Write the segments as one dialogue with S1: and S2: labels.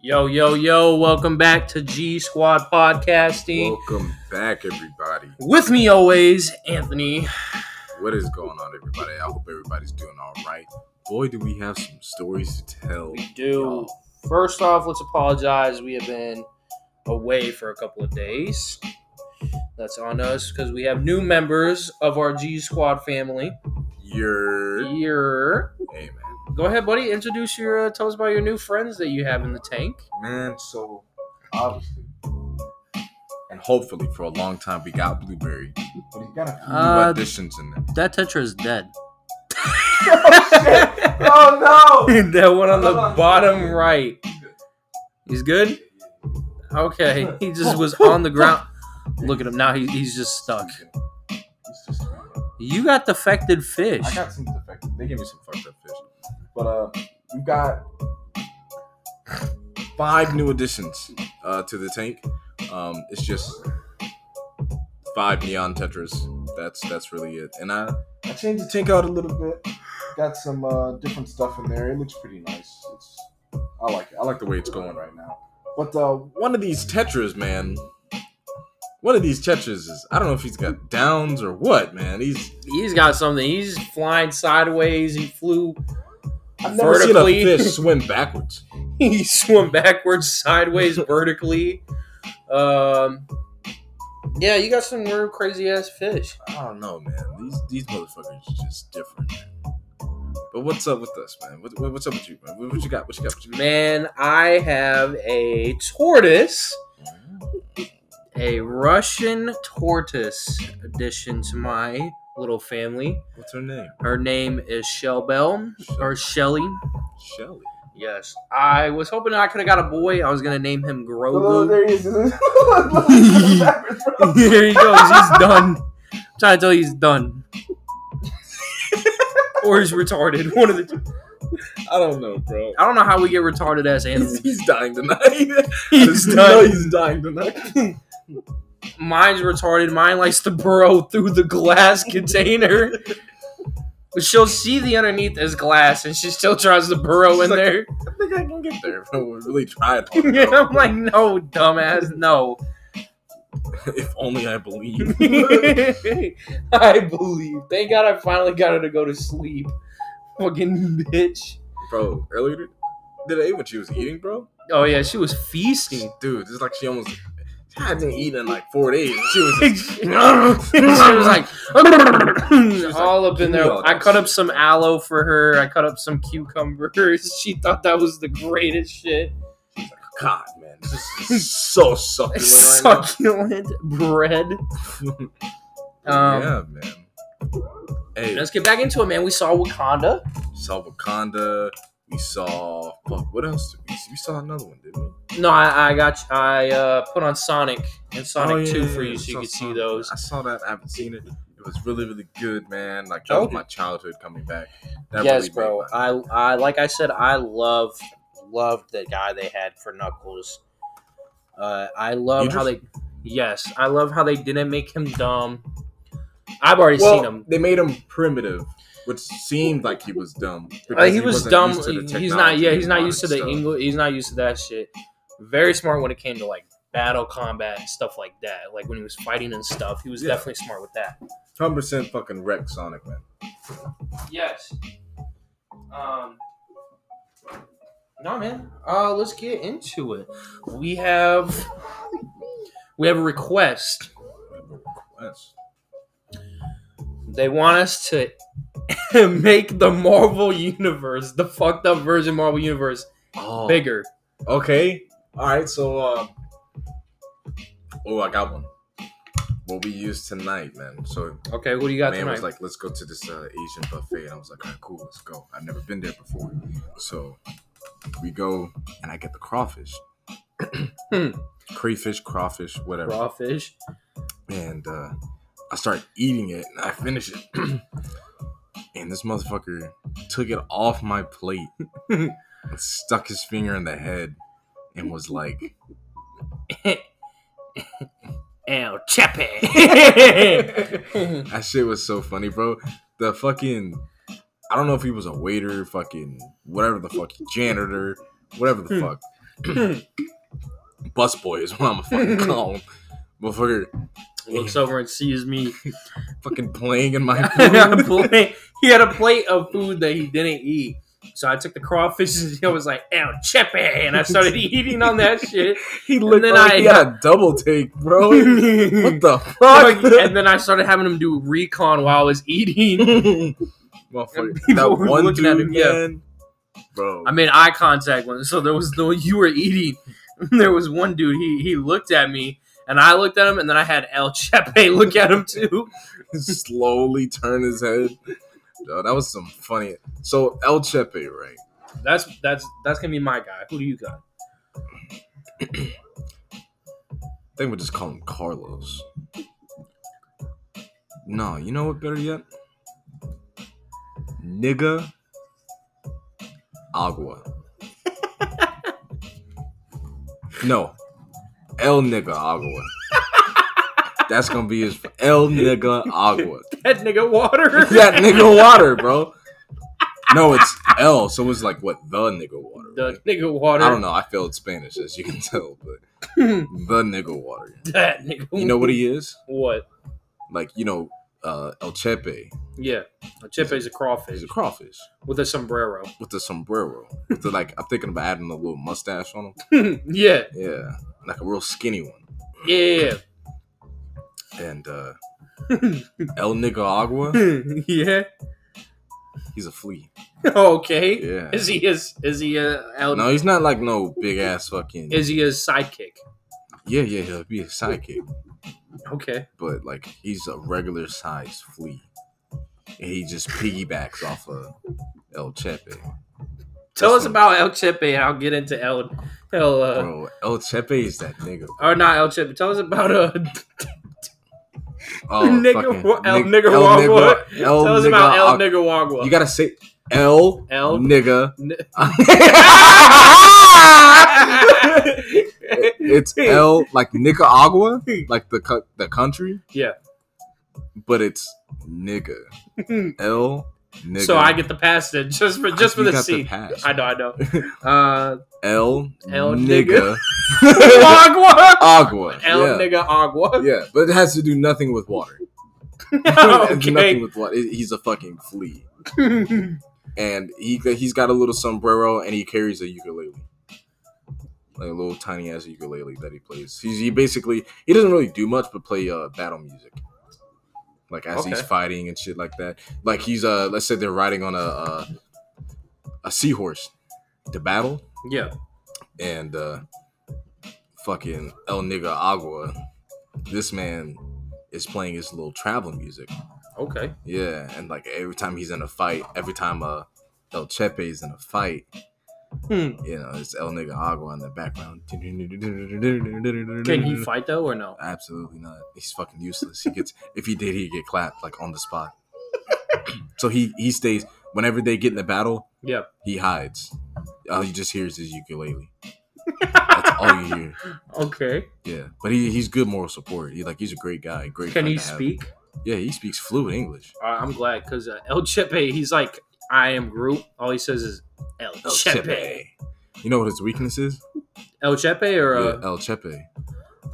S1: Yo, yo, yo, welcome back to G Squad Podcasting.
S2: Welcome back, everybody.
S1: With me always, Anthony.
S2: What is going on, everybody? I hope everybody's doing all right. Boy, do we have some stories to tell.
S1: We do. First off, let's apologize. We have been away for a couple of days. That's on us because we have new members of our G Squad family.
S2: You're.
S1: Here.
S2: Hey, man.
S1: Go ahead, buddy. Introduce your, uh, tell us about your new friends that you have in the tank.
S2: Man, so obviously. And hopefully for a long time, we got Blueberry. But he's got a few
S1: Uh,
S2: new additions in there.
S1: That Tetra is dead.
S2: Oh,
S1: that one on the
S2: Hold on.
S1: bottom right. He's good? Okay. He just was on the ground. Look at him now. He, he's just stuck. You got defected fish.
S2: I got some defective. They gave me some fucked up fish. But uh, we've got five new additions uh, to the tank. Um, it's just five neon tetras. That's that's really it. And I I changed the tank out a little bit. Got some uh, different stuff in there. It looks pretty nice. It's I like it. I like the way it's going right now. But uh, one of these tetras, man. One of these tetras is I don't know if he's got downs or what, man. He's
S1: He's got something. He's flying sideways. He flew.
S2: I've never seen a
S1: Vertically.
S2: fish swim backwards.
S1: He swam backwards, sideways, vertically. Um, yeah, you got some real crazy ass fish.
S2: I don't know, man. These these motherfuckers are just different, man. But what's up with us, man? What, what- what's up with you, man? What, what you got? What you got? What you got?
S1: Man, I have a tortoise, a Russian tortoise addition to my little family.
S2: What's her name?
S1: Her name is Shellbell or Shelly.
S2: Shelly.
S1: Yes, I was hoping I could have got a boy. I was gonna name him
S3: Oh,
S1: Grogu.
S3: there he is. Bro.
S1: there he goes. He's done. I'm trying to tell you he's done. or he's retarded. One of the two.
S2: I don't know, bro.
S1: I don't know how we get retarded as animals.
S2: He's, he's dying tonight.
S1: He's done.
S2: I know He's dying tonight.
S1: Mine's retarded. Mine likes to burrow through the glass container. But she'll see the underneath as glass and she still tries to burrow
S2: She's
S1: in
S2: like-
S1: there.
S2: I think I can get there, bro. We really tried. Hard,
S1: and
S2: bro.
S1: I'm like, no, dumbass, no.
S2: if only I believe.
S1: I believe. Thank God I finally got her to go to sleep. Fucking bitch.
S2: bro, earlier today when she was eating, bro,
S1: Oh yeah, she was feasting.
S2: dude, it's like she almost hadn't eaten in like four days. She was
S1: she
S2: just,
S1: was like
S2: like,
S1: all up in
S2: "Give me
S1: there.
S2: all
S1: I
S2: that
S1: cut up
S2: shit."
S1: some aloe for her. I cut up some cucumbers. She thought that was the greatest shit.
S2: God, man, this is so succulent. right now.
S1: Succulent bread. Um,
S2: yeah, man. Hey,
S1: Let's get back into it, man. We saw Wakanda.
S2: saw Wakanda. We saw fuck. What else did we see? We saw another one, didn't we?
S1: No, I, I got I uh, put on Sonic and Sonic
S2: Oh, yeah,
S1: Two
S2: yeah,
S1: for
S2: yeah,
S1: you,
S2: we
S1: so you
S2: saw
S1: could see
S2: Sonic.
S1: those.
S2: I saw that. I haven't seen it. It was really, really good, man. Like that was
S1: Okay.
S2: my childhood coming back. That
S1: yes,
S2: really
S1: bro.
S2: made my-
S1: I, I like I said, I love loved the guy they had for Knuckles. Uh, I love how they.
S2: Idris?
S1: Yes, I love how they didn't make him dumb. I've already
S2: well,
S1: seen him.
S2: They made him primitive, which seemed like he was dumb.
S1: Uh,
S2: because
S1: he was
S2: wasn't
S1: dumb.
S2: used to the
S1: He's not. Yeah,
S2: technology
S1: he's
S2: and
S1: not used to
S2: modern
S1: the
S2: stuff.
S1: English. He's not used to that shit. Very smart when it came to like battle combat and stuff like that. Like when he was fighting and stuff, he was
S2: Yeah.
S1: definitely smart with that.
S2: Hundred percent fucking wreck Sonic, man.
S1: Yes. Um. No, man. Uh, let's get into it. We have we have a request.
S2: That's-
S1: They want us to make the Marvel universe, the fucked up version Marvel universe,
S2: Oh,
S1: bigger.
S2: Okay. All right. So, uh, oh, I got one. What we used tonight, man. So,
S1: Okay, what do you got
S2: man
S1: tonight?
S2: was like, "Let's go to this uh, Asian buffet," and I was like, "All right, cool, let's go." I've never been there before, so we go, and I get the crawfish,
S1: Hmm.
S2: crayfish, crawfish, whatever,
S1: Raw fish.
S2: and uh, I start eating it, and I finish it, and this motherfucker took it off my plate, and stuck his finger in the head, and was like.
S1: El Chepe.
S2: That shit was so funny, bro. The fucking I don't know if he was a waiter, fucking whatever the fuck, janitor, whatever the
S1: Hmm.
S2: fuck. busboy is what I'm gonna fucking call him. Motherfucker
S1: Looks over and sees me.
S2: fucking playing in my
S1: he had a
S2: food.
S1: plate- he had a plate of food that he didn't eat. So I took the crawfish and I was like, ow, chippy. And I started eating on that shit.
S2: he
S1: looked
S2: then
S1: like
S2: I,
S1: he
S2: yeah, double take, bro. Oh, what the fuck?
S1: and then I started having him do recon while I was eating.
S2: Motherfucker,
S1: people
S2: that
S1: were
S2: one
S1: looking at
S2: dude,
S1: him, yeah.
S2: man. Bro,
S1: I made eye contact with him. So there was no you were eating. There was one dude, he, he looked at me. And I looked at him, and then I had El Chepe look at him too.
S2: slowly turn his head. Yo, that was some funny. So El Chepe, right?
S1: That's that's that's gonna be my guy. Who do you got?
S2: I think we'll just call him Carlos. No, you know what? Better yet, nigga, agua. no, El nigga agua. That's gonna be his El nigga agua.
S1: That nigga water.
S2: that nigga water, bro. No, it's L, so it's like what the nigga water. right?
S1: The nigga water.
S2: I don't know. I failed Spanish, as you can tell, but the nigga water.
S1: That nigga.
S2: You know what he is?
S1: What?
S2: Like you know, uh, El Chepe.
S1: Yeah, a chipe is a crawfish
S2: He's a crawfish
S1: with a sombrero.
S2: with the sombrero. With the like, I'm thinking about adding a little mustache on him.
S1: yeah,
S2: Yeah, like a real skinny one.
S1: yeah,
S2: And uh, El nigga agua.
S1: yeah.
S2: He's a flea.
S1: Okay.
S2: Yeah.
S1: Is he his? Is he a? El-
S2: No, he's not like no big ass fucking.
S1: Is he his sidekick?
S2: Yeah, yeah, he'll be a sidekick.
S1: Okay.
S2: but like he's a regular sized flea. And he just piggybacks off of El Chepe.
S1: Tell
S2: That's
S1: us
S2: him.
S1: about El Chepe, and I'll get into El El. Uh,
S2: Bro, El Chepe is that nigga.
S1: or not El Chepe. Tell us about uh,
S2: Oh,
S1: nigga
S2: fucking
S1: wa- El
S2: nig-
S1: Nigga
S2: El
S1: Wagwa.
S2: Nigga- El
S1: Tell us
S2: Nigga
S1: about El
S2: Ag-
S1: Nigga Wagwa.
S2: You gotta say El,
S1: El-
S2: Nigga. it's El like Nicaragua, like the co- the country.
S1: Yeah.
S2: But it's nigga. El nigga.
S1: so I get the pass then, just for just for
S2: You
S1: the
S2: got
S1: scene.
S2: pass.
S1: I know, I know. Uh,
S2: El,
S1: El
S2: nigga.
S1: agua.
S2: Agua.
S1: El
S2: yeah.
S1: nigga agua.
S2: Yeah, but it has to do nothing with water. It has nothing
S1: okay.
S2: with water. It- He's a fucking flea, and he he's got a little sombrero, and he carries a ukulele, like a little tiny ass ukulele that he plays. He's, he basically he doesn't really do much but play uh, battle music, like as he's
S1: Okay.
S2: fighting and shit like that. Like he's uh, let's say they're riding on a uh, a seahorse to battle,
S1: yeah.
S2: and uh fucking El Nigga Agua, this man is playing his little travel music.
S1: Okay.
S2: Yeah, and like every time he's in a fight, every time uh El Chepe is in a fight,
S1: Hmm.
S2: you know, it's El Nigga Agua in the background.
S1: Can
S2: Mm-hmm.
S1: he fight though or no?
S2: Absolutely not. He's fucking useless. He gets if he did, he'd get clapped like on the spot. so he he stays whenever they get in the battle,
S1: Yeah.
S2: he hides. All you just hear is his ukulele. That's all you hear.
S1: Okay.
S2: Yeah, but he, he's good moral support. He like he's a great guy. Great.
S1: Can
S2: friend
S1: he
S2: to have.
S1: speak?
S2: Yeah, he speaks fluent English.
S1: Uh, I'm glad because uh, El Chepe, he's like I am Groot. All he says is El,
S2: El
S1: Chepe.
S2: Chepe. You know what his weakness is?
S1: El Chepe or
S2: Yeah,
S1: uh,
S2: El Chepe.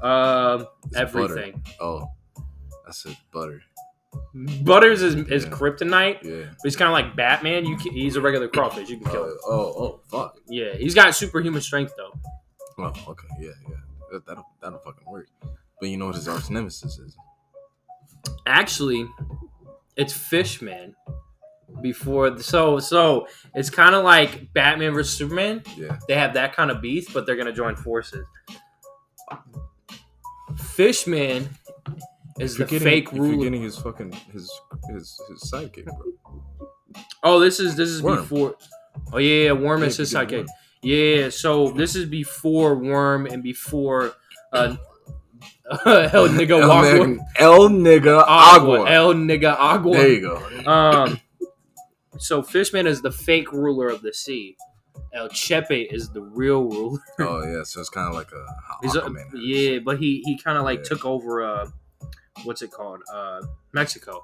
S1: um
S2: It's
S1: everything.
S2: Butter. Oh, that's it. Butter.
S1: Butters is, is
S2: Yeah.
S1: kryptonite.
S2: Yeah.
S1: But he's kind of like Batman. You can, he's a regular crawfish. You can
S2: Uh,
S1: kill him.
S2: oh, oh, fuck.
S1: Yeah, he's got superhuman strength though.
S2: Oh, okay. Yeah, yeah. That, that'll that'll fucking work. But you know what his arch nemesis is?
S1: actually it's fishman before the, so so it's kind of like batman versus superman
S2: Yeah.
S1: they have that kind of beef but they're gonna join forces fishman is the
S2: Forgetting-
S1: fake
S2: you're
S1: ruler
S2: forgetting his fucking his his his sidekick, bro.
S1: oh this is this is
S2: Worm.
S1: before oh yeah yeah worm is
S2: Yeah,
S1: his
S2: forgetting
S1: sidekick yeah so this is before worm and before uh El Nigga
S2: El,
S1: Agua.
S2: nigga, El nigga agua.
S1: Agua. El Nigga Agua.
S2: There you go.
S1: Um, so Fishman is the fake ruler of the sea. El Chepe is the real ruler.
S2: Oh yeah, so it's kind of like a how
S1: He's a-
S2: Aquaman is.
S1: yeah, but he he kind of like
S2: Yeah.
S1: took over. Uh, what's it called? Uh, Mexico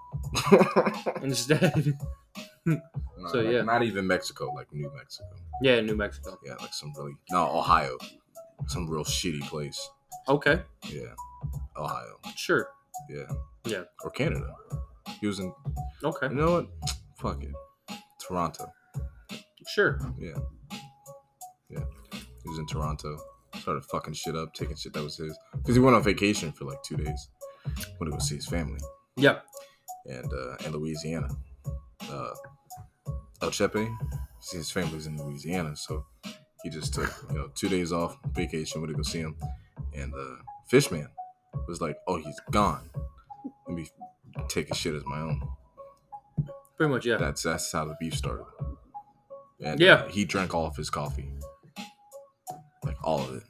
S1: instead.
S2: No,
S1: So,
S2: like,
S1: yeah.
S2: not even Mexico, like New Mexico.
S1: Yeah, New Mexico.
S2: Yeah, like some really no Ohio, some real shitty place.
S1: Okay,
S2: Yeah, Ohio.
S1: sure.
S2: Yeah,
S1: Yeah.
S2: or Canada. He was in.
S1: Okay,
S2: You know what? Fuck it, Toronto.
S1: sure.
S2: Yeah, yeah. He was in Toronto. Started fucking shit up, taking shit that was his because he went on vacation for like two days. When he was see his family
S1: Yeah.
S2: and uh, in Louisiana. Uh, El Chepe, see his family's in Louisiana, so he just took you know two days off vacation. Went to go see him, and uh, Fishman was like, "Oh, he's gone. Let me take a shit as my own."
S1: Pretty much, yeah.
S2: That's that's how the beef started. And,
S1: Yeah.
S2: uh, he drank all of his coffee, like all of it.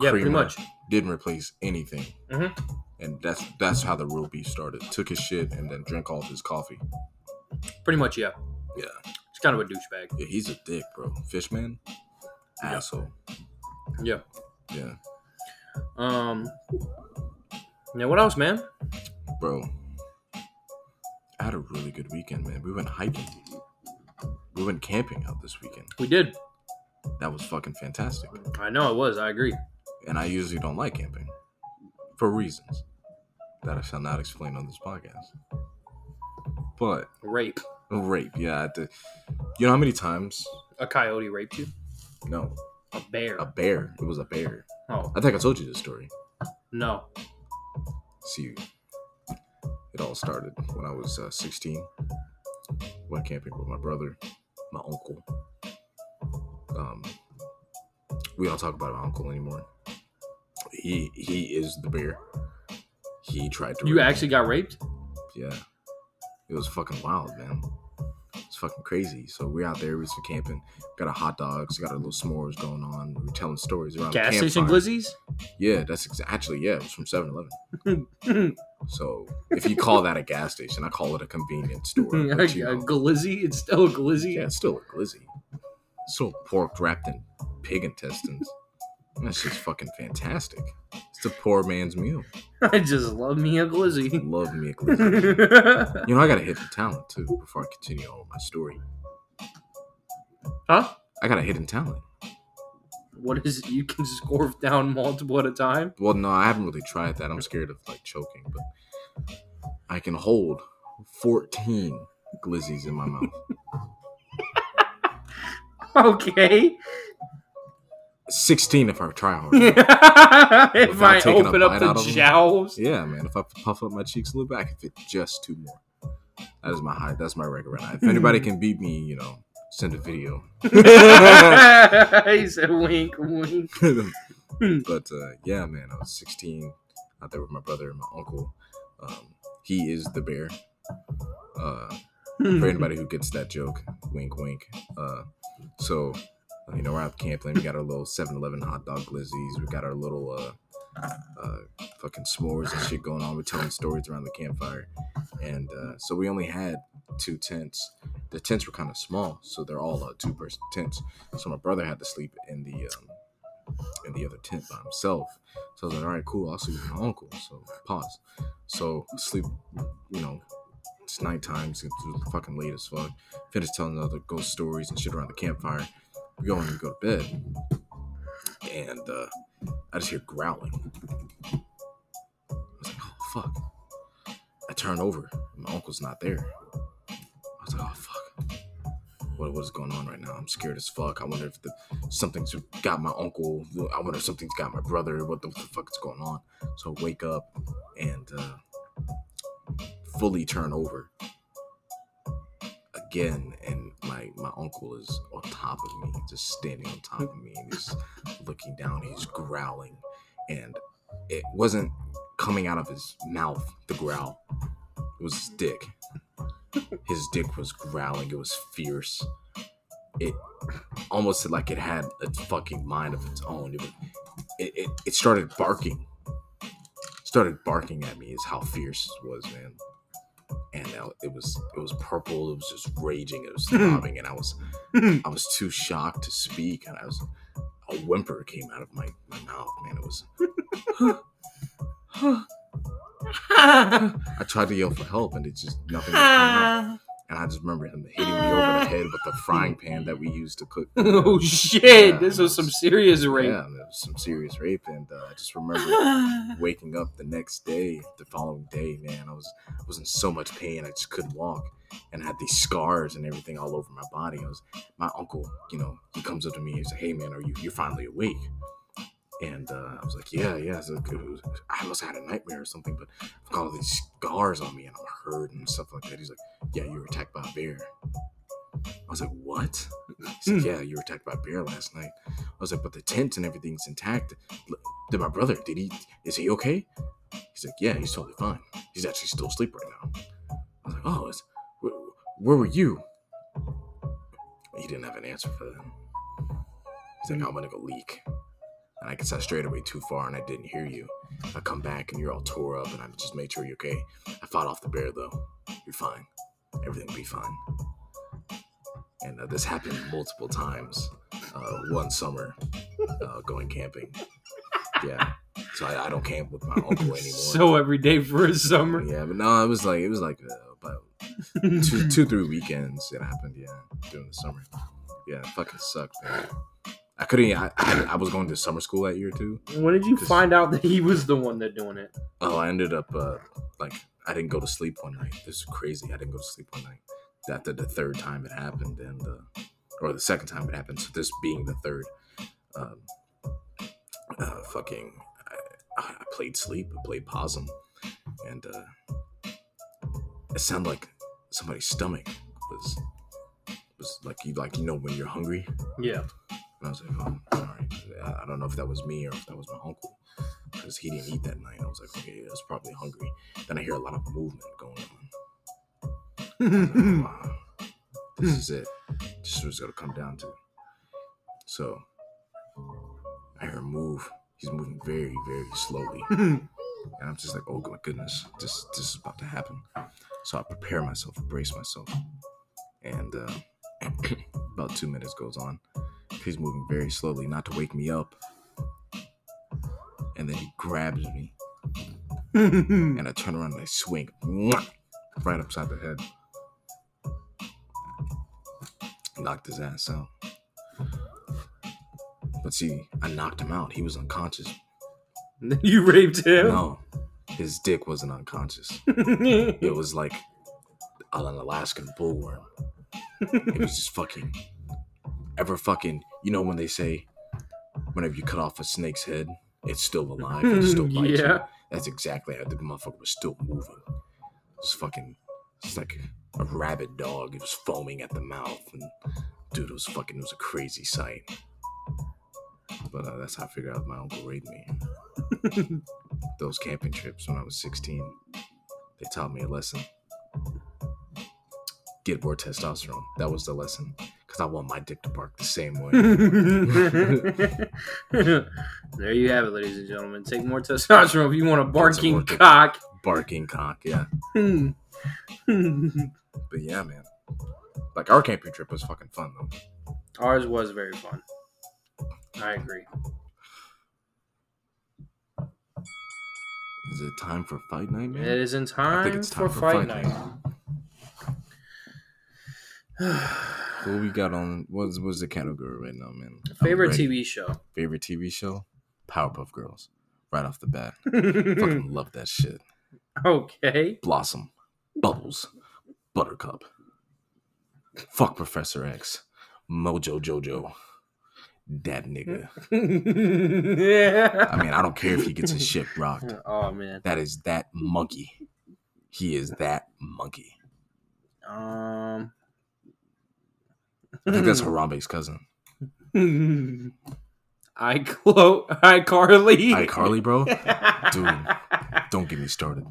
S1: yeah, pretty
S2: creamer.
S1: much.
S2: Didn't replace anything.
S1: Mhm.
S2: And that's that's how the real beef started. Took his shit and then drank all of his coffee.
S1: Pretty much, yeah.
S2: Yeah.
S1: It's kind of a douchebag.
S2: Yeah, he's a dick, bro. Fishman, asshole.
S1: Yeah.
S2: Yeah,
S1: Um. Yeah. What else, man?
S2: bro. I had a really good weekend, man. We went hiking. We went camping out this weekend.
S1: We did.
S2: That was fucking fantastic.
S1: I know it was. I agree.
S2: And I usually don't like camping for reasons that I shall not explain on this podcast. But
S1: Rape.
S2: rape, yeah. I did- You know how many times?
S1: A coyote raped you.
S2: No,
S1: A bear.
S2: a bear. It was a bear.
S1: Oh
S2: I think I told you this story.
S1: no.
S2: see it all started when i was uh, 16 went camping with my brother my uncle um, we don't talk about my uncle anymore he he is the bear he tried to
S1: You
S2: rape me.
S1: actually got raped?
S2: yeah it was fucking wild man it's fucking crazy so we're out there we're just camping got our hot dogs got our little smores going on we were telling stories around
S1: Gas
S2: the
S1: station
S2: campfire.
S1: glizzies?
S2: yeah that's ex- actually yeah it was from 7-eleven so if you call that a gas station, I call it a convenience store.
S1: a
S2: But, you know,
S1: glizzy? It's still a glizzy.
S2: yeah, it's still a glizzy. Still pork wrapped in pig intestines. That's just fucking fantastic. It's the poor man's meal.
S1: I just love me a glizzy.
S2: Love me a glizzy. You know, I gotta hit the talent too before I continue on with my story.
S1: huh?
S2: I got a hidden talent.
S1: What is it? You can scorf down multiple at a time?
S2: Well, no, I haven't really tried that. I'm scared of like choking, but I can hold 14 glizzies in my mouth.
S1: Okay.
S2: 16 if I try hard.
S1: if I
S2: taking a
S1: open up
S2: bite
S1: the
S2: out of them?
S1: jowls.
S2: Yeah, man. If I puff up my cheeks a little bit, I can fit just two more. That is my high. That's my record right now. If anybody can beat me, you know, send a video.
S1: he said wink, wink.
S2: but uh, yeah, man, I was 16 out there with my brother and my uncle. Um, he is the bear. Uh, for
S1: Mm-hmm.
S2: anybody who gets that joke, wink, wink. Uh, so, you know, we're out camping. We got our little 7 Eleven hot dog glizzies. We got our little uh, uh, fucking s'mores and shit going on. We're telling stories around the campfire. And uh, so we only had two tents. The tents were kind of small, so they're all uh, two person tents. So my brother had to sleep in the. Um, in the other tent by himself, so I was like, "All right, cool. I'll sleep with my uncle." So pause. So sleep, you know, it's nighttime. It's, it's fucking late as fuck. Finish telling other ghost stories and shit around the campfire. We go and go to bed, and uh, I just hear growling. I was like, "Oh fuck!" I turn over. My uncle's not there. I was like, "Oh fuck." What, what is going on right now? I'm scared as fuck. I wonder if the, something's got my uncle. I wonder if something's got my brother. What the fuck is going on? So I wake up and uh, fully turn over again and my my uncle is on top of me just standing on top of me and he's looking down he's growling and it wasn't coming out of his mouth the growl it was his dick his dick was growling it was fierce it almost like it had a fucking mind of its own it, was, it, it, it started barking started barking at me is how fierce it was man and now it was it was purple. It was just raging. It was throbbing, and I was I was too shocked to speak, and I was a whimper came out of my, my mouth. Man, it was. I tried to yell for help, and it just nothing. was coming out. And I just remember him hitting me over the head with the frying pan that we used to cook.
S1: oh shit! This was some serious rape.
S2: Yeah, it was some serious rape, and uh, I just remember waking up the next day, the following day, man, I was I was in so much pain, I just couldn't walk, and I had these scars and everything all over my body. I was, my uncle, you know, he comes up to me, he's like, "Hey, man, are you you're finally awake?" And uh, I was like, "Yeah, yeah." So it was, I must have had a nightmare or something, but I've got all these scars on me, and I'm hurt and stuff like that. He's like, "Yeah, you were attacked by a bear." I was like, "What?" He's like, "Yeah, you were attacked by a bear last night." I was like, "But the tent and everything's intact." Did my brother? Did he? Is he okay? He's like, yeah, he's totally fine. He's actually still asleep right now. I was like, oh, it's, where, where were you? He didn't have an answer for that. He's like, I'm gonna go leak, and I guess I strayed away too far, and I didn't hear you. I come back, and you're all tore up, and I just made sure you're okay. I fought off the bear though. You're fine. Everything will be fine. And uh, this happened multiple times. Uh, one summer, uh, going camping. Yeah. So I, I don't camp with my uncle anymore.
S1: so every day for a summer.
S2: Yeah, but no, it was like it was like uh, about two, two, three weekends it happened. Yeah, during the summer. Yeah, it fucking sucked. Man. I couldn't. I, I I was going to summer school that year too.
S1: When did you
S2: Just-
S1: find out that he was the one that doing it?
S2: Oh, I ended up uh, like I didn't go to sleep one night. This is crazy. I didn't go to sleep one night. After the third time it happened, and uh, or the second time it happened. So this being the third, um, uh, fucking, I, I played sleep. I played possum, and uh, it sounded like somebody's stomach was was like you like you know when you're hungry.
S1: Yeah.
S2: And I was like, oh, all right. I- I don't know if that was me or if that was my uncle because he didn't eat that night. I was like, okay, I was probably hungry. Then I hear a lot of movement going on. I'm like, oh, "Wow, this is it. This is what it's going to come down to. So I hear him move. He's moving very, very slowly. And I'm just like, oh my goodness, this this is about to happen. So I prepare myself, brace myself, and uh, about two minutes goes on. He's moving very slowly, not to wake me up. And then he grabs me, and I turn around and I swing mwah, right upside the head, knocked his ass out. But see, I knocked him out. He was unconscious.
S1: you raped him.
S2: No, his dick wasn't unconscious. It was like an Alaskan bullworm. It was just fucking ever fucking. You know when they say whenever you cut off a snake's head, it's still alive. It still bites you.
S1: Yeah.
S2: That's exactly how the motherfucker was still moving. Just fucking, it's like a rabid dog. It was foaming at the mouth, and dude, it was fucking. It was a crazy sight. But uh, that's how I figured out my uncle raped me. Those camping trips when I was 16, they taught me a lesson get more testosterone. That was the lesson. Because I want my dick to bark the same way.
S1: there you have it, ladies and gentlemen. Take more testosterone if you want a barking
S2: working.
S1: cock.
S2: Barking cock, yeah.
S1: Ours
S2: But yeah, man. Like, our camping trip was fucking fun, though.
S1: was very fun. I agree.
S2: Is it time for fight night,
S1: It
S2: man?
S1: is in time,
S2: I think it's time
S1: for, fight, night.
S2: What we got on? What's, what's the category right now, man? I'm
S1: Favorite
S2: ready.
S1: TV show.
S2: Favorite TV show? Powerpuff Girls. Right off the bat.
S1: Hmm.
S2: fucking love that shit.
S1: okay.
S2: Blossom. Bubbles. Buttercup. Fuck Professor X. Mojo Jojo. That nigga.
S1: yeah.
S2: I mean, I don't care if he gets his shit rocked.
S1: Oh man.
S2: That is that monkey. He is that monkey.
S1: Um.
S2: I think
S1: Hmm.
S2: that's Harambe's cousin.
S1: I clo I Carly.
S2: Hi, Carly, bro. Dude. Don't get me started.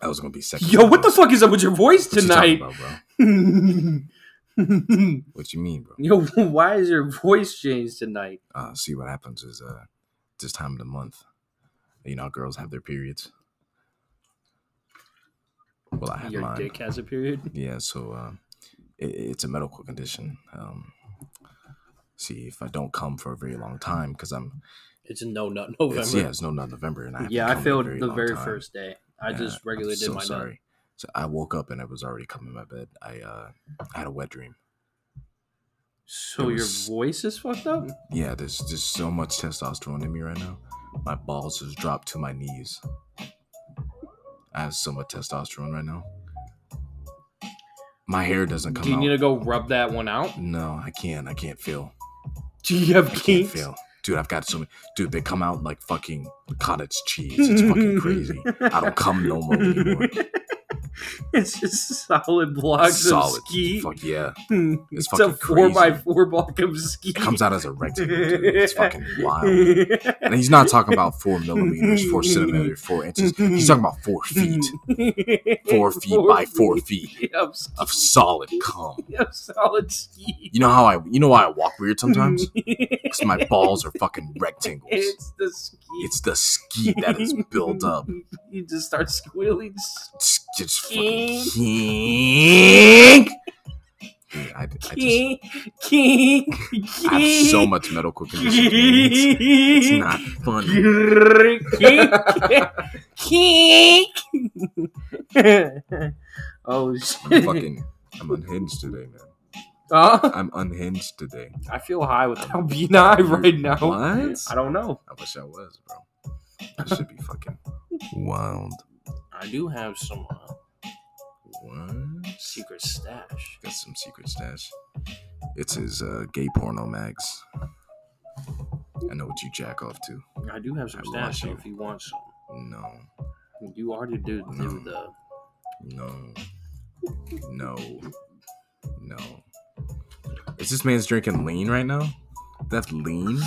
S2: That was gonna be second.
S1: Yo, what the fuck is up with your voice
S2: What you
S1: tonight?
S2: talking about, bro?
S1: Yo,
S2: What you mean, bro?
S1: why is your voice changed tonight?
S2: Uh, see, what happens is uh, this time of the month, you know, girls have their periods. Well, I have
S1: Your
S2: mine.
S1: dick has a period.
S2: Yeah, so uh, it, it's a medical condition. Um, see, if I don't come for a very long time, because I'm
S1: It's a no nut
S2: It's,
S1: Oh, November.
S2: yeah, it's no not November, and I
S1: yeah, I
S2: failed
S1: failed the very first day. I
S2: Yeah,
S1: just regularly did
S2: so
S1: my nut.
S2: sorry. So I woke up and I was already coming in my bed. I uh, had a wet dream.
S1: So your
S2: It was- Mm-hmm.
S1: voice is fucked up?
S2: Yeah, there's there's so much testosterone in me right now. My balls just dropped to my knees. I have so much testosterone right now. My hair doesn't come
S1: Do you
S2: out.
S1: need to go rub that one out?
S2: no, I can't. I can't feel.
S1: Do you have
S2: I can't
S1: kinks?
S2: feel. Dude, I've got so many. Dude, they come out like fucking cottage cheese. It's fucking crazy. I don't come normal anymore.
S1: it's just solid blocks
S2: Solid.
S1: of ski.
S2: Fuck yeah.
S1: it's,
S2: It's
S1: a
S2: fucking
S1: four
S2: crazy.
S1: by four block of ski.
S2: It comes out as a rectangle, dude. It's fucking wild. And he's not talking about four millimeters, four centimeters, four inches. He's talking about four feet. Four feet by four feet
S1: feet of, ski-
S2: of solid cum.
S1: of solid ski.
S2: You know how I you know why I walk weird sometimes? Because my balls are fucking rectangles.
S1: it's the ski.
S2: It's the skeet that is built up.
S1: You just start squealing. s-
S2: It's just fucking
S1: Kink.
S2: kink. Dude, I, I just
S1: Kink, kink,
S2: I have so
S1: kink,
S2: much medical conditions. man. It's, it's
S1: kink.
S2: not funny.
S1: Kink. oh
S2: I'm
S1: shit!
S2: fucking I'm unhinged today, man.
S1: Huh?
S2: I'm unhinged today.
S1: Oh, I feel high without being high right now.
S2: What?
S1: I don't know.
S2: I wish I was, bro. I should be fucking wild.
S1: I do have some uh,
S2: What?
S1: secret stash.
S2: Got some secret stash. It's his uh, gay porno mags. I know what you jack off to.
S1: I do have some
S2: I want
S1: stash so
S2: you.
S1: if you want some.
S2: No,
S1: You already do do
S2: Mm.
S1: the.
S2: no, no, no. Is this man's drinking lean right now? That's lean.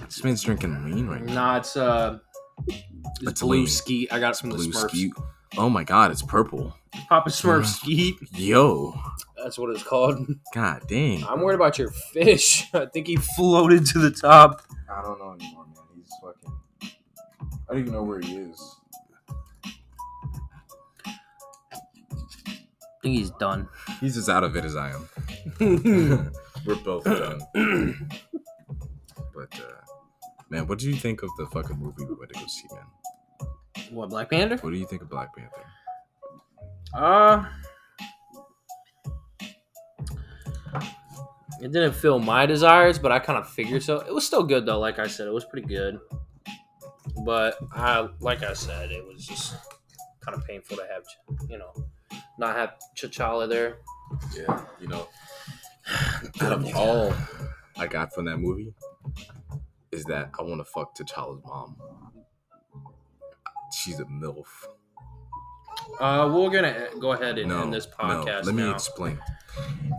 S2: This man's drinking lean right now.
S1: Nah, it's uh. It's,
S2: It's
S1: blue
S2: lean.
S1: skeet. I got it from the
S2: Blue
S1: Smurfs.
S2: skeet. Oh my god, it's purple.
S1: Papa Smurf skeet.
S2: Yo,
S1: That's what it's called.
S2: god dang.
S1: I'm worried about your fish. I think he floated to the top.
S2: I don't know anymore, man. He's fucking. I don't even know where he is.
S1: I think he's done.
S2: He's as out of it as I am. Hmm. We're both done. but, uh, man, what do you think of the fucking movie we went to go see, man?
S1: what Black Panther?
S2: What do you think of Black Panther?
S1: Uh It didn't fill my desires, but I kind of figured so. It was still good though, like I said, it was pretty good. But I like I said, it was just kind of painful to have, you know, not have T'Challa there.
S2: Yeah, you know, out of all I got from that movie is that I want to fuck T'Challa's mom. She's a MILF.
S1: Uh, we're gonna go ahead and
S2: no,
S1: end this podcast
S2: no, let me
S1: now.
S2: explain.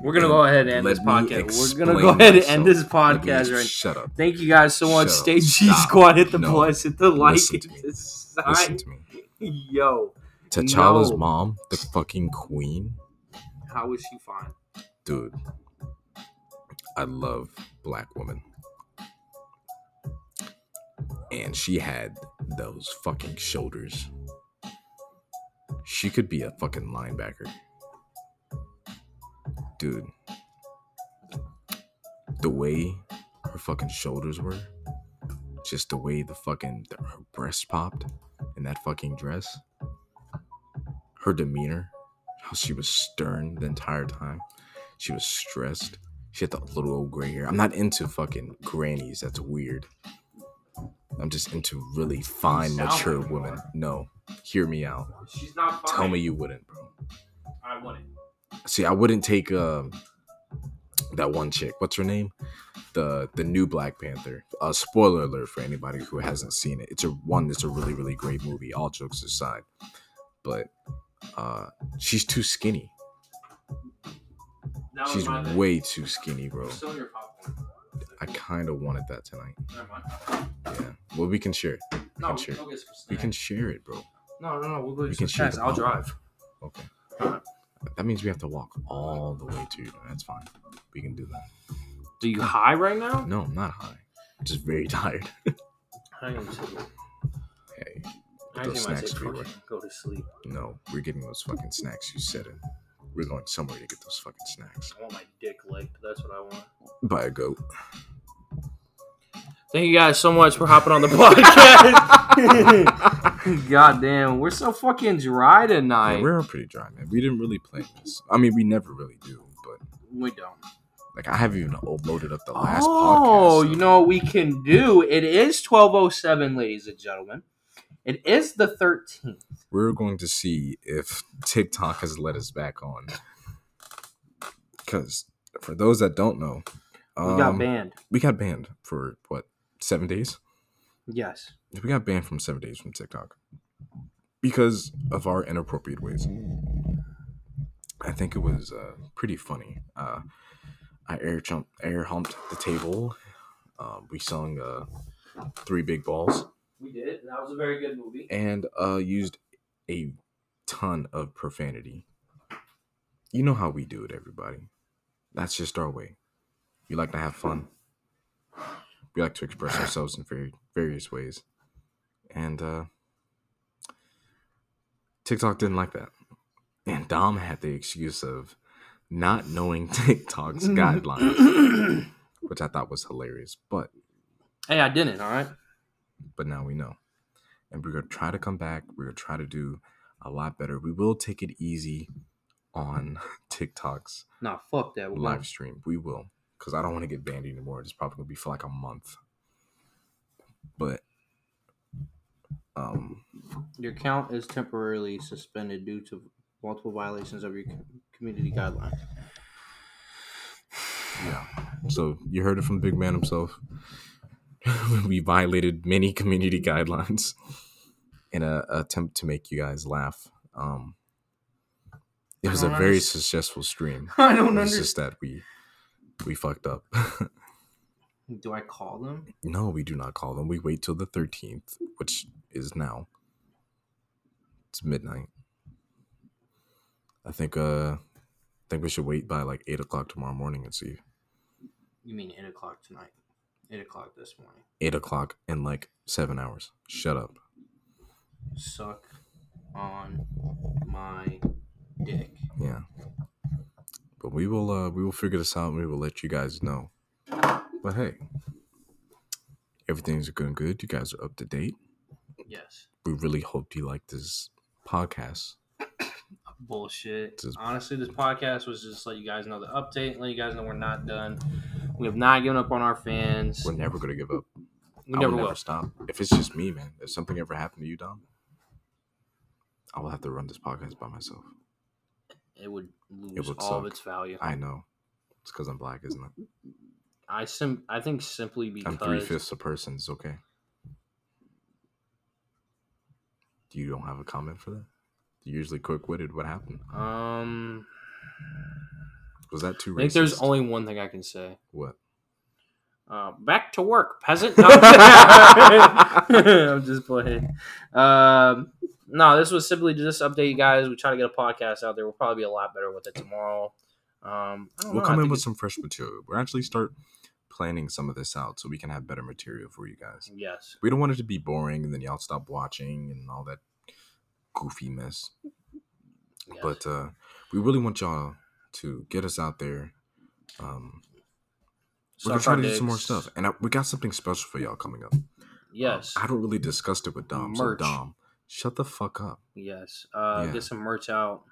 S1: we're gonna go ahead and end
S2: Let
S1: this
S2: me
S1: podcast. We're gonna
S2: explain
S1: go ahead and
S2: myself.
S1: end this
S2: Let me-
S1: podcast right
S2: Shut up.
S1: Thank you guys so much.
S2: Shut up.
S1: Stay G
S2: Stop.
S1: Squad. Hit the
S2: No.
S1: plus. Hit the like.
S2: Listen to me.
S1: Hit the sign.
S2: Listen to me.
S1: Yo,
S2: T'Challa's
S1: No.
S2: mom, the fucking queen,
S1: how is she fine?
S2: dude. I love black women, and she had those fucking shoulders. She could be a fucking linebacker, dude. The way her fucking shoulders were, just the way the fucking her breast popped in that fucking dress, her demeanor, how she was stern the entire time. She was stressed. She had the little old gray hair. I'm not into fucking grannies. That's weird. I'm just into really fine,
S1: sound
S2: mature
S1: like you
S2: women.
S1: are.
S2: No, hear me out.
S1: She's not fine.
S2: Tell me you wouldn't, bro.
S1: I wouldn't.
S2: See, I wouldn't take um that one chick. What's her name? The the new Black Panther. Uh, spoiler alert for anybody who hasn't seen it. It's a one that's a really really great movie. All jokes aside, but uh, she's too skinny.
S1: That
S2: She's way too skinny, bro.
S1: Still your popcorn.
S2: I kind of wanted that tonight.
S1: Never mind.
S2: Yeah. Well, we can share it.
S1: No,
S2: can
S1: we
S2: share.
S1: can go get some
S2: We can
S1: snacks.
S2: share it, bro.
S1: No, no, no. We'll go
S2: we
S1: get
S2: can
S1: some
S2: share
S1: snacks.
S2: the
S1: I'll
S2: popcorn.
S1: drive.
S2: Okay. That means we have to walk all the way to you. That's fine. We can do that.
S1: Do you high right now?
S2: No, I'm not high. I'm just very tired.
S1: I am too.
S2: Hey.
S1: I
S2: Those
S1: think I
S2: snacks
S1: said
S2: we were-
S1: fucking go to sleep.
S2: No, we're getting those fucking snacks. You said it. We're going somewhere to get those fucking snacks.
S1: I want my dick licked. That's what I want.
S2: By a goat.
S1: Thank you guys so much for hopping on the podcast. God damn, we're so fucking dry
S2: Yeah,
S1: tonight.
S2: we're pretty dry, man. We didn't really plan this. I mean, we never really do, but
S1: we don't.
S2: like I haven't even loaded up the last
S1: Oh,
S2: podcast.
S1: you know what we can do? It is 1207, ladies and gentlemen. It is the 13th.
S2: We're going to see if TikTok has let us back on. Because for those that don't know, um,
S1: we got banned.
S2: we got banned for what seven days.
S1: Yes.
S2: We got banned from seven days from TikTok because of our inappropriate ways. I think it was uh, pretty funny. Uh, I air jumped, air humped the table. Um, we sung uh, three big balls
S1: We did. it. That was a very good movie.
S2: and uh, used a ton of profanity. You know how we do it, everybody. That's just our way. We like to have fun. We like to express ourselves in very various ways, and uh, TikTok didn't like that. And Dom had the excuse of not knowing TikTok's guidelines, which I thought was hilarious. But
S1: hey, I didn't, all right?
S2: but now we know. And we're gonna try to come back. We're gonna try to do a lot better. We will take it easy on TikTok's
S1: Nah, fuck that. We're
S2: live stream. We will, because I don't want to get banned anymore. It's probably gonna be for like a month. But um,
S1: Your account is temporarily suspended due to multiple violations of your com- community guidelines.
S2: yeah. So you heard it from the big man himself. we violated many community guidelines in an attempt to make you guys laugh. Um, it was a
S1: Don't
S2: very
S1: underst-
S2: successful stream.
S1: I don't
S2: It's just that we we fucked up.
S1: Do I call them?
S2: no, we do not call them. We wait till the thirteenth, which is now. It's midnight. I think uh I think we should wait by like eight o'clock tomorrow morning and see.
S1: You mean 8 o'clock tonight? 8 o'clock this morning.
S2: Eight o'clock in like seven hours. Shut up.
S1: Suck on my dick.
S2: Yeah. But we will uh we will figure this out and we will let you guys know. But hey. Everything's going good. You guys are up to date.
S1: Yes.
S2: We really hope you like this podcast.
S1: Bullshit.
S2: This is-
S1: Honestly, this podcast was just to let you guys know the update, let you guys know we're not done. We have not given up on our fans.
S2: We're never gonna give up.
S1: We
S2: I
S1: never
S2: will
S1: will.
S2: never stop. If it's just me, man, if something ever happened to you, Dom, I will have to run this podcast by myself.
S1: It would lose
S2: would
S1: all of
S2: suck.
S1: its value.
S2: I know. It's because I'm black, isn't it?
S1: I sim- I think simply because
S2: I'm three fifths a person. It's okay. You don't have a comment for that? You're usually quick witted. What happened?
S1: um
S2: Was that too racist?
S1: I think there's only one thing I can say.
S2: what?
S1: Uh, back to work, peasant. No, I'm just playing. Um, no, this was simply to just update you guys. We try to get a podcast out there. We'll probably be a lot better with it tomorrow. Um, I don't
S2: We'll
S1: know.
S2: come
S1: I
S2: in
S1: think
S2: with some fresh material. We'll actually start planning some of this out so we can have better material for you guys.
S1: it's- Yes,
S2: We don't want it to be boring and then y'all stop watching and all that goofy mess.
S1: yes.
S2: but uh, we really want y'all to get us out there. Um, we're gonna
S1: Suck
S2: try
S1: our
S2: to do some more
S1: dicks.
S2: stuff, and I, we got something special for y'all coming up.
S1: Yes,
S2: I don't really discuss it with Dom.
S1: Merch.
S2: So Dom, shut the fuck up.
S1: yes. Uh,
S2: Yeah.
S1: Get some merch out.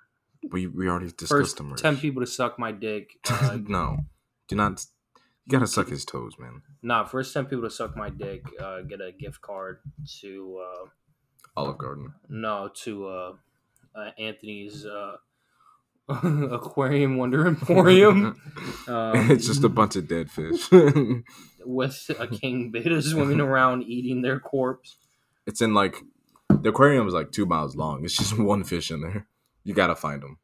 S2: We we already discussed
S1: First
S2: the merch.
S1: ten people to suck my dick. Uh,
S2: no, do not. You gotta suck his toes, man.
S1: nah, first ten people to suck my dick. Uh, get a gift card to. Uh,
S2: Olive Garden.
S1: No, to uh, uh Anthony's uh Aquarium Wonder Emporium. Um,
S2: it's just a bunch of dead fish.
S1: with a king beta swimming around eating their corpse.
S2: it's in like the aquarium is like two miles long. It's just one fish in there. You gotta find them.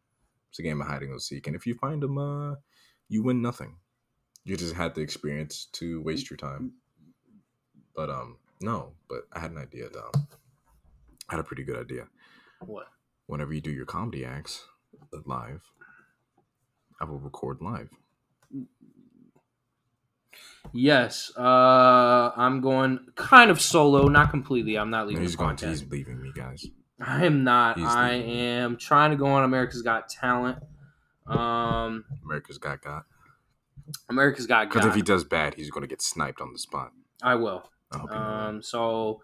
S2: It's a game of hide and go seek, and if you find them, uh, you win nothing. You just had the experience to waste your time. But um, no. But I had an idea, Dom. I had a pretty good idea.
S1: What?
S2: Whenever you do your comedy acts uh, live, I will record live.
S1: Yes, uh, I'm going kind of solo, not completely. I'm not
S2: No,
S1: leaving
S2: he's
S1: the
S2: going.
S1: podcast.
S2: He's leaving me, guys.
S1: I am not.
S2: he's
S1: I
S2: leaving.
S1: am trying to go on America's Got Talent. Um,
S2: America's got got.
S1: America's Got
S2: Because if
S1: Got.
S2: he does bad, he's going to get sniped on the spot.
S1: I will.
S2: I hope you know that.
S1: Um, so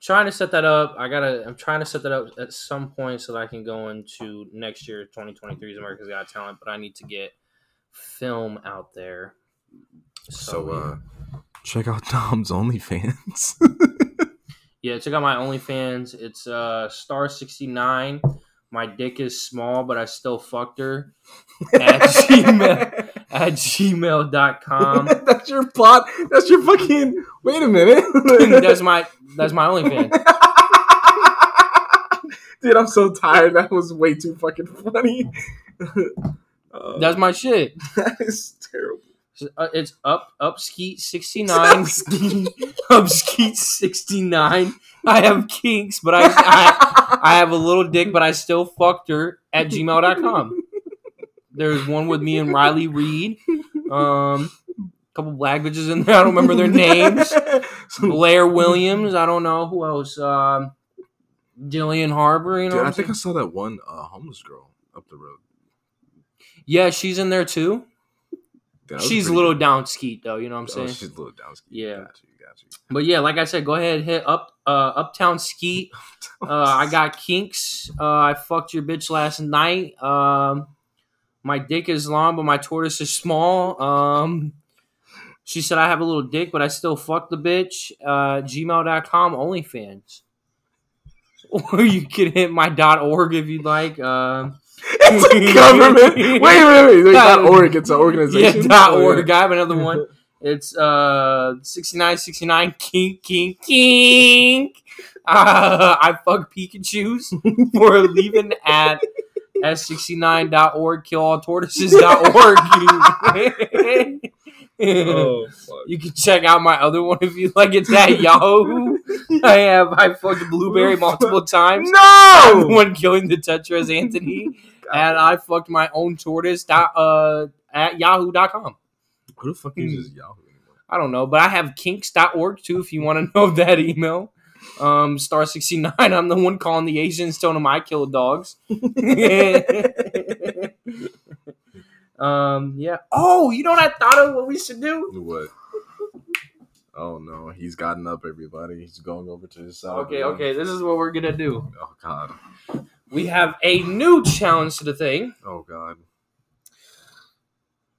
S1: trying to set that up. I gotta. I'm trying to set that up at some point so that I can go into next year, 2023's America's Got Talent. But I need to get film out there.
S2: So
S1: yeah.
S2: uh, check out Dom's OnlyFans.
S1: Yeah, check out my OnlyFans. It's uh star sixty nine. My dick is small, but I still fucked her At Gmail. at gmail.com.
S2: that's your plot. That's your fucking. Wait a minute.
S1: that's my that's my OnlyFans.
S2: Dude, I'm so tired. That was way too fucking funny. Uh,
S1: That's my shit.
S2: that is terrible.
S1: Uh, It's up upskeet sixty nine. upskeet sixty nine. I have kinks, but I, I I have a little dick, but I still fucked her at gmail.com. There's one with me and Riley Reed. Um, a couple black bitches in there. I don't remember their names.
S2: Some-
S1: Blair Williams. I don't know who else. Um, Jillian Harbor. You know.
S2: Dude,
S1: what
S2: I
S1: I'm
S2: think I
S1: saying?
S2: saw that one uh, homeless girl up the road.
S1: yeah, she's in there too.
S2: Dude, that was
S1: She's a
S2: pretty
S1: little
S2: good.
S1: down skeet though. You know what I'm
S2: Oh,
S1: saying?
S2: she's a little down.
S1: Yeah.
S2: Got you, got you.
S1: but yeah, like I said, go ahead hit up uh, Uptown Skeet. Uh, I got kinks. Uh, I fucked your bitch last night. Um, my dick is long, but my tortoise is small. Um, she said I have a little dick, but I still fuck the bitch. Uh, gmail.com OnlyFans. Or you can hit my .org if you'd like. Um,
S2: It's a government. Wait, wait, wait. wait
S1: Yeah.
S2: dot org. It's an organization.
S1: yeah, dot
S2: Oh,
S1: .org.
S2: yeah.
S1: I have another one. It's uh 6969 kink kink kink. Uh, I fuck Pikachu's for leaving at s69.org killaltortoises.org.
S2: Oh, fuck.
S1: You can check out my other one if you like. It's at Yahoo. I have I fucked Blueberry multiple times. I'm the
S2: No!
S1: one killing the Tetras Anthony. and I fucked my own tortoise dot, uh, at yahoo.com.
S2: Who the fuck uses Yahoo anymore?
S1: I don't know, but I have kinks.org too if you want to know that email. Um, star 69, I'm the one calling the Asians, telling them I kill dogs. um, yeah. Oh, you know what I thought of what we should do?
S2: What? Oh no, he's gotten up, everybody. He's going over to his side.
S1: Okay, okay, this is what we're gonna do.
S2: Oh god.
S1: We have a new challenge to the thing.
S2: Oh god.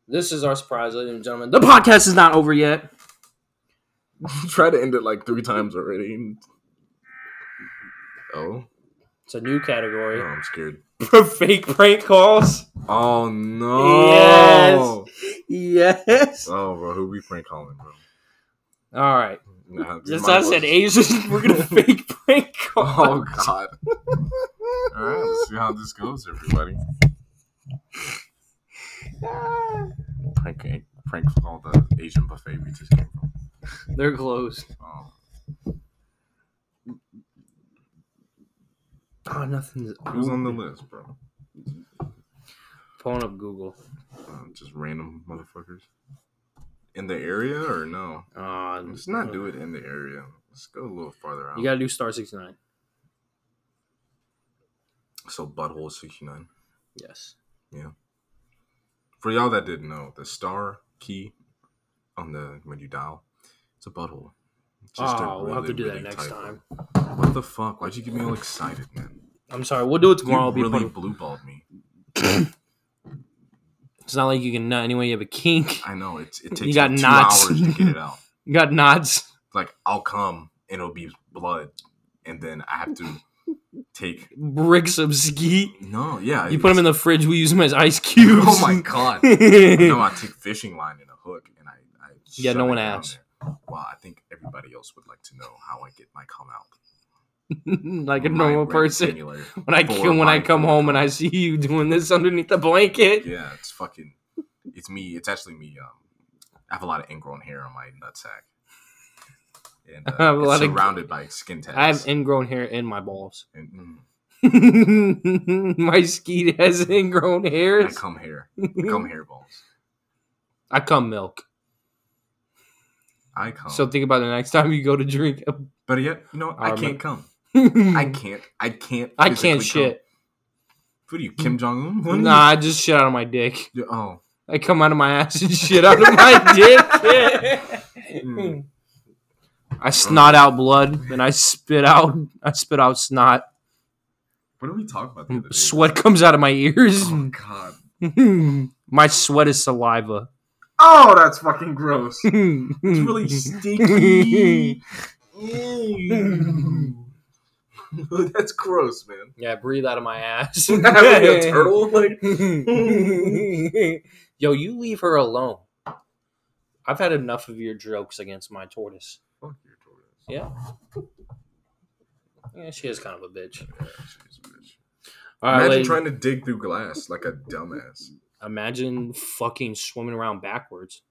S1: This is our surprise, ladies and gentlemen. The podcast is not over yet.
S2: Try to end it like three times already. Oh,
S1: It's a new
S2: no,
S1: category.
S2: I'm scared.
S1: Fake prank calls.
S2: Oh no.
S1: Yes.
S2: Oh, bro, who we prank calling, bro?
S1: All right.
S2: Nah, we
S1: Just
S2: might
S1: I
S2: as well
S1: said,
S2: just-
S1: Asians, we're gonna fake prank call.
S2: Oh god. All right, let's see how this goes, everybody. Prank, eh, prank from all the Asian buffet we just came from.
S1: They're closed.
S2: Oh.
S1: Oh, nothing's.
S2: It was on the list, bro.
S1: Pulling up Google.
S2: Um, just random motherfuckers in the area or no?
S1: Uh,
S2: Let's not do it in the area. Let's go a little farther out.
S1: You gotta do star sixty nine.
S2: so butthole sixty nine.
S1: Yes.
S2: For y'all that didn't know, the star key on the when you dial, it's a butthole. It's a
S1: oh, we'll have to
S2: really,
S1: do
S2: really
S1: that next
S2: tight
S1: time.
S2: one. What the fuck? Why'd you get me all excited, man?
S1: I'm sorry. We'll do it tomorrow.
S2: You
S1: I'll be
S2: really
S1: part of-
S2: blue balled me.
S1: It's not like you can nut anyway. You have a kink.
S2: I know it's it takes
S1: You got
S2: me two
S1: knots.
S2: hours to get it out.
S1: You got nods.
S2: Like I'll come and it'll be blood, and then I have to take
S1: Bricks of skeet.
S2: no, yeah.
S1: You put them in the fridge. We use them as ice cubes.
S2: Oh my god! no, I took fishing line and a hook, and I. I
S1: Yeah,
S2: shove
S1: no
S2: it
S1: one
S2: down
S1: asked.
S2: there. Wow, I think everybody else would like to know how I get my cum out.
S1: like a
S2: My
S1: normal person.
S2: rectangular-
S1: When I
S2: for
S1: kill, when I
S2: my
S1: come
S2: food
S1: home and I
S2: costs.
S1: see you doing this underneath the blanket.
S2: Yeah, it's fucking. It's me. It's actually me. Um, I have a lot of ingrown hair on my nutsack. And uh,
S1: I have a
S2: it's
S1: lot of-
S2: surrounded by skin tags.
S1: I have ingrown hair in my balls.
S2: and, mm,
S1: my skeet has ingrown
S2: I
S1: hairs.
S2: cum hair. Cum hair balls.
S1: I come milk.
S2: I cum.
S1: So think about it next time you go to drink.
S2: but yet, you know, what? I
S1: Um,
S2: can't cum. I
S1: Hmm. I,
S2: can't. I can't.
S1: can't
S2: physically cum.
S1: shit.
S2: What are you, Kim Jong Un? What are you-
S1: Nah, I just shit out of my dick.
S2: You're- Oh.
S1: I come out of my ass and shit out of my dick.
S2: Mm.
S1: I snot out blood and I spit out. I spit out snot.
S2: What did we talk about? The other day?
S1: Sweat comes out of my ears.
S2: Oh god.
S1: my sweat is saliva.
S2: Oh, that's fucking gross. It's
S1: really
S2: really stinky. Ew. Mm. that's gross, man.
S1: yeah, I breathe out of my ass.
S2: That would be a turtle, like
S1: Yo, you leave her alone. I've had enough of your jokes against my tortoise.
S2: fuck your tortoise.
S1: Yeah. Yeah, she is kind of a bitch.
S2: Yeah, she's
S1: Uh,
S2: a bitch.
S1: All right,
S2: Imagine
S1: lady.
S2: trying to dig through glass like a dumbass.
S1: imagine fucking swimming around backwards.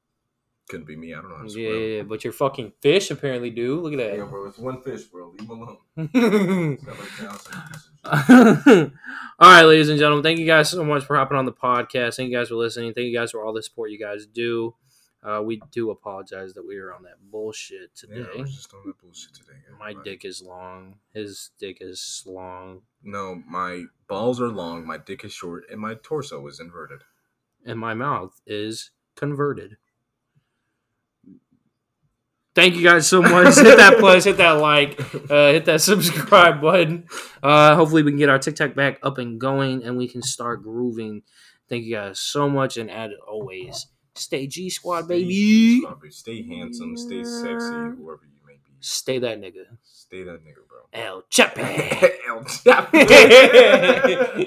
S2: Couldn't be me. I don't know how to
S1: Yeah,
S2: swim.
S1: yeah, yeah, but you're fucking fish apparently, dude. Look
S2: Yeah,
S1: at
S2: bro, it's one fish, bro. Leave him alone.
S1: that.
S2: It's not like Johnson.
S1: All right, ladies and gentlemen, thank you guys so much for hopping on the podcast. Thank you guys for listening. Thank you guys for all the support you guys do. Uh, we do apologize that we were on that bullshit
S2: Yeah,
S1: today.
S2: I was just on that bullshit today. guys.
S1: My dick is long. His dick is long.
S2: No, my balls are long, my dick is short, and my torso is inverted.
S1: And my mouth is converted. Thank you guys so much. hit that plus, hit that like, uh, hit that subscribe button. Uh, hopefully, we can get our TikTok back up and going and we can start grooving. Thank you guys so much. And as always, stay G Squad, baby.
S2: Stop it. Stay handsome, stay sexy, whoever you may be.
S1: Stay that nigga.
S2: Stay that nigga, bro.
S1: El Chepe.
S2: El Chapo.